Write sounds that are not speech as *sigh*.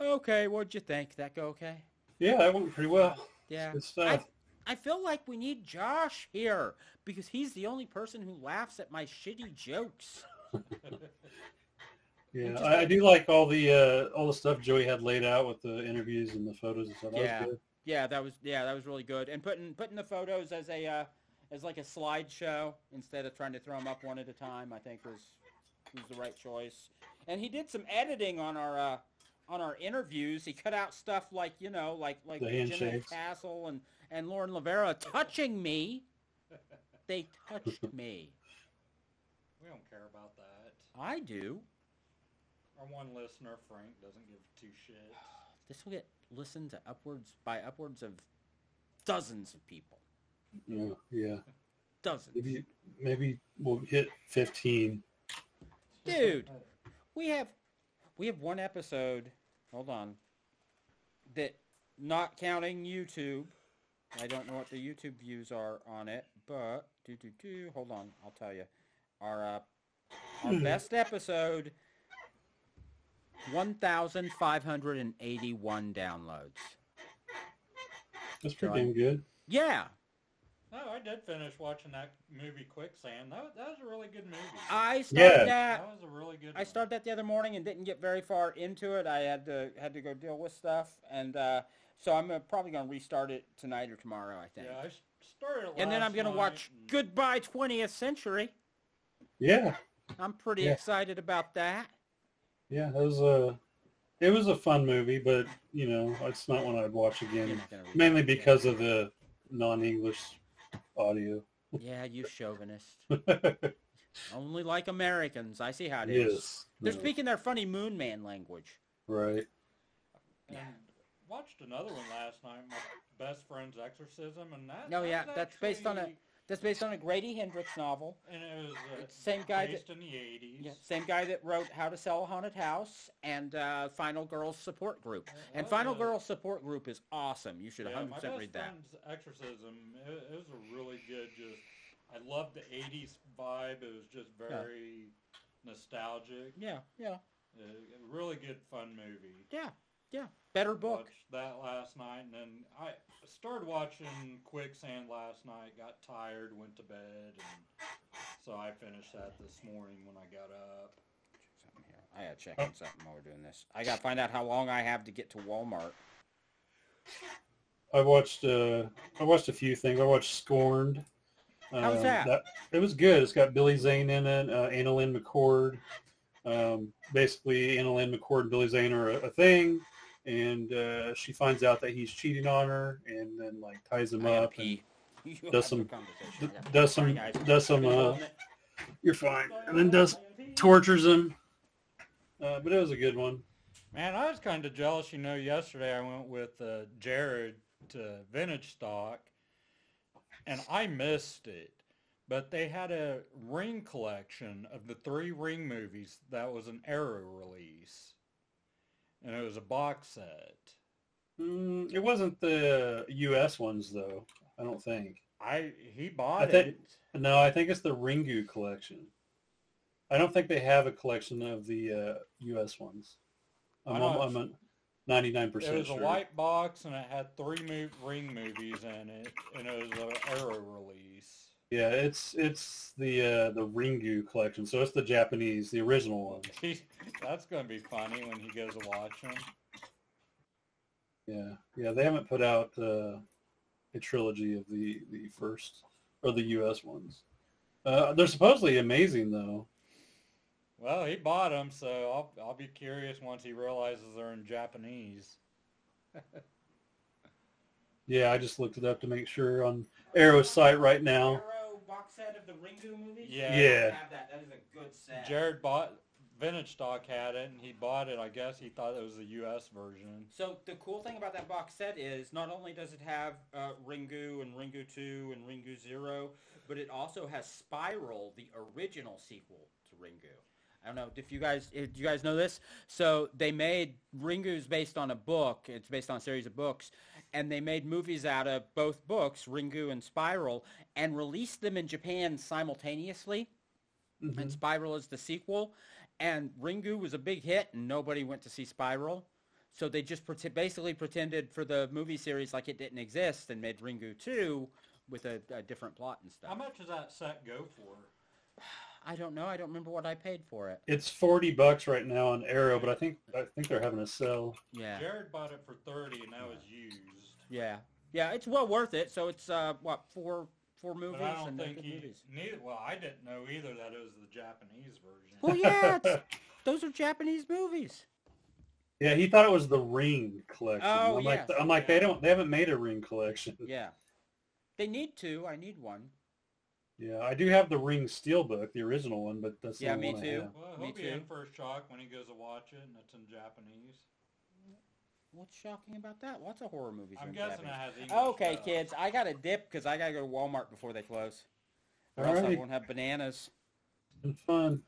Okay, what'd you think? That go okay? Yeah, that went pretty well. Yeah. Good I, stuff. I feel like we need Josh here because he's the only person who laughs at my shitty jokes. yeah, I, I do like all the uh, all the stuff Joey had laid out with the interviews and the photos and stuff. That was Yeah. good. Yeah, that was yeah, that was really good. And putting putting the photos as a uh, as like a slideshow instead of trying to throw them up one at a time, I think was was the right choice. And he did some editing on our uh, on our interviews. He cut out stuff like you know like like The Jenna handshakes. Castle and and Lauren Lavera touching me. They *laughs* touched me. We don't care about that. I do. Our one listener, Frank, doesn't give two shits. This will get listened to upwards by upwards of dozens of people. Yeah, yeah. Dozens. Maybe maybe we'll hit fifteen. *gasps* Dude. We have we have one episode. Hold on. That not counting YouTube. I don't know what the YouTube views are on it, but do do do. Hold on, I'll tell you. Our uh, our best episode. 1581 downloads. That's pretty Right. damn good. Yeah, *laughs* No, I did finish watching that movie Quicksand. That, that was a really good movie. I started Yeah. that that was a really good. I started that the other morning and didn't get very far into it. I had to had to go deal with stuff, and uh, so I'm uh, probably gonna restart it tonight or tomorrow, I One. think. Yeah, I s- started. It and then last I'm gonna night watch and- Goodbye 20th Century. Yeah, I'm pretty Yeah. excited about that. yeah. That was a it was a fun movie, but you know it's not one I'd watch You're again. not gonna read Mainly it, yeah. because of the non-English audio. *laughs* yeah, you chauvinist. Only like Americans. I see how it is. yes. They're no, speaking their funny Moon Man language. Right. And watched another one last night, my best friend's exorcism, and that. No, that yeah, was that's based on a- actually- That's based on a Grady Hendrix novel. And it was uh, It's the same guy that- based in the eighties. Yeah, same guy that wrote How to Sell a Haunted House and uh, Final Girls Support Group. It And Final was. Girls Support Group is awesome. You should Yeah, my 100% best read that. friend's exorcism. It, it was a really good. Just I loved the '80s vibe. It was just very nostalgic. Yeah, yeah, A a really good, fun movie. yeah, yeah. Better book. Watched that last night, and then I started watching Quicksand last night. Got tired, went to bed, and so I finished that this morning when I got up. Something here. I gotta check on something while we're doing this. I gotta find out how long I have to get to Walmart. I watched uh, I watched a few things. I watched Scorned. How was Um, that? It was good. It's got Billy Zane in it, uh, Anna Lynn McCord. Um, basically, Anna Lynn McCord and Billy Zane are a, a thing, and uh, she finds out that he's cheating on her, and then like ties him I gotta up, and pee. *laughs* You have does a some- conversation. d- Yeah. does Sorry, some guys. does some Been uh, holding it. you're fine, and then does tortures him. Uh, but it was a good one. Man, I was kind of jealous. You know, yesterday I went with uh, Jared to Vintage Stock, and I missed it. But they had a ring collection of the three ring movies that was an Arrow release, and it was a box set. Mm, it wasn't the U.S. ones though. I don't think. I he bought I think- it. No, I think it's the Ringu collection. I don't think they have a collection of the uh, U.S. ones. I I'm, know I'm, I'm 99 It percent was a sure. white box, and it had three mo- ring movies in it, and it was an Arrow release. *laughs* Yeah, it's it's the uh, the Ringu collection. So it's the Japanese, the original one. That's gonna be funny when he goes to watch them. Yeah, yeah. They haven't put out uh, a trilogy of the the first or the U.S. ones. Uh, they're supposedly amazing though. Well, he bought them, so I'll I'll be curious once he realizes they're in Japanese. Yeah, I just looked it up to make sure on Arrow's site right now. Arrow box set of the Ringu movies? Yeah. Yeah. Have that. That is a good set. Jared bought Vintage Stock had it, and he bought it. I guess he thought it was the U.S. version. So the cool thing about that box set is not only does it have uh, Ringu and Ringu 2 and Ringu 0, but it also has Spiral, the original sequel to Ringu. I don't know if you guys if you guys know this. So they made Ringu's based on a book. It's based on a series of books, and they made movies out of both books, Ringu and Spiral, and released them in Japan simultaneously Mhm. and Spiral is the sequel. And Ringu was a big hit, and nobody went to see Spiral. So they just pret basically pretended for the movie series like it didn't exist and made Ringu 2 with a, a different plot and How stuff. much does that set go for? I don't know. I don't remember what I paid for it. It's forty bucks right now on Arrow, but I think I think they're having a sale. Yeah. Jared bought it for thirty, and that was used. Yeah. Yeah, it's well worth it. So it's, uh, what, four four movies? But I don't and they're think good he *laughs* movies. neither. Well, I didn't know either that it was the Japanese version. *laughs* Well, yeah, it's, those are Japanese movies. Yeah, he thought it was the Ring collection. Oh, I'm like, yes. I'm like, they don't, they haven't made a Ring collection. Yeah. They need to. I need one. Yeah, I do have the Ring Steelbook, the original one, but that's the Yeah, only me one I too. have. Well, Me he'll be in too. for a shock when he goes to watch it, and it's in Japanese. What's shocking about that? Lots of horror movies. are I'm in guessing Japanese. it has English. Okay, dub. kids, I gotta dip because I gotta go to Walmart before they close, or All else I right, won't have bananas. been fun.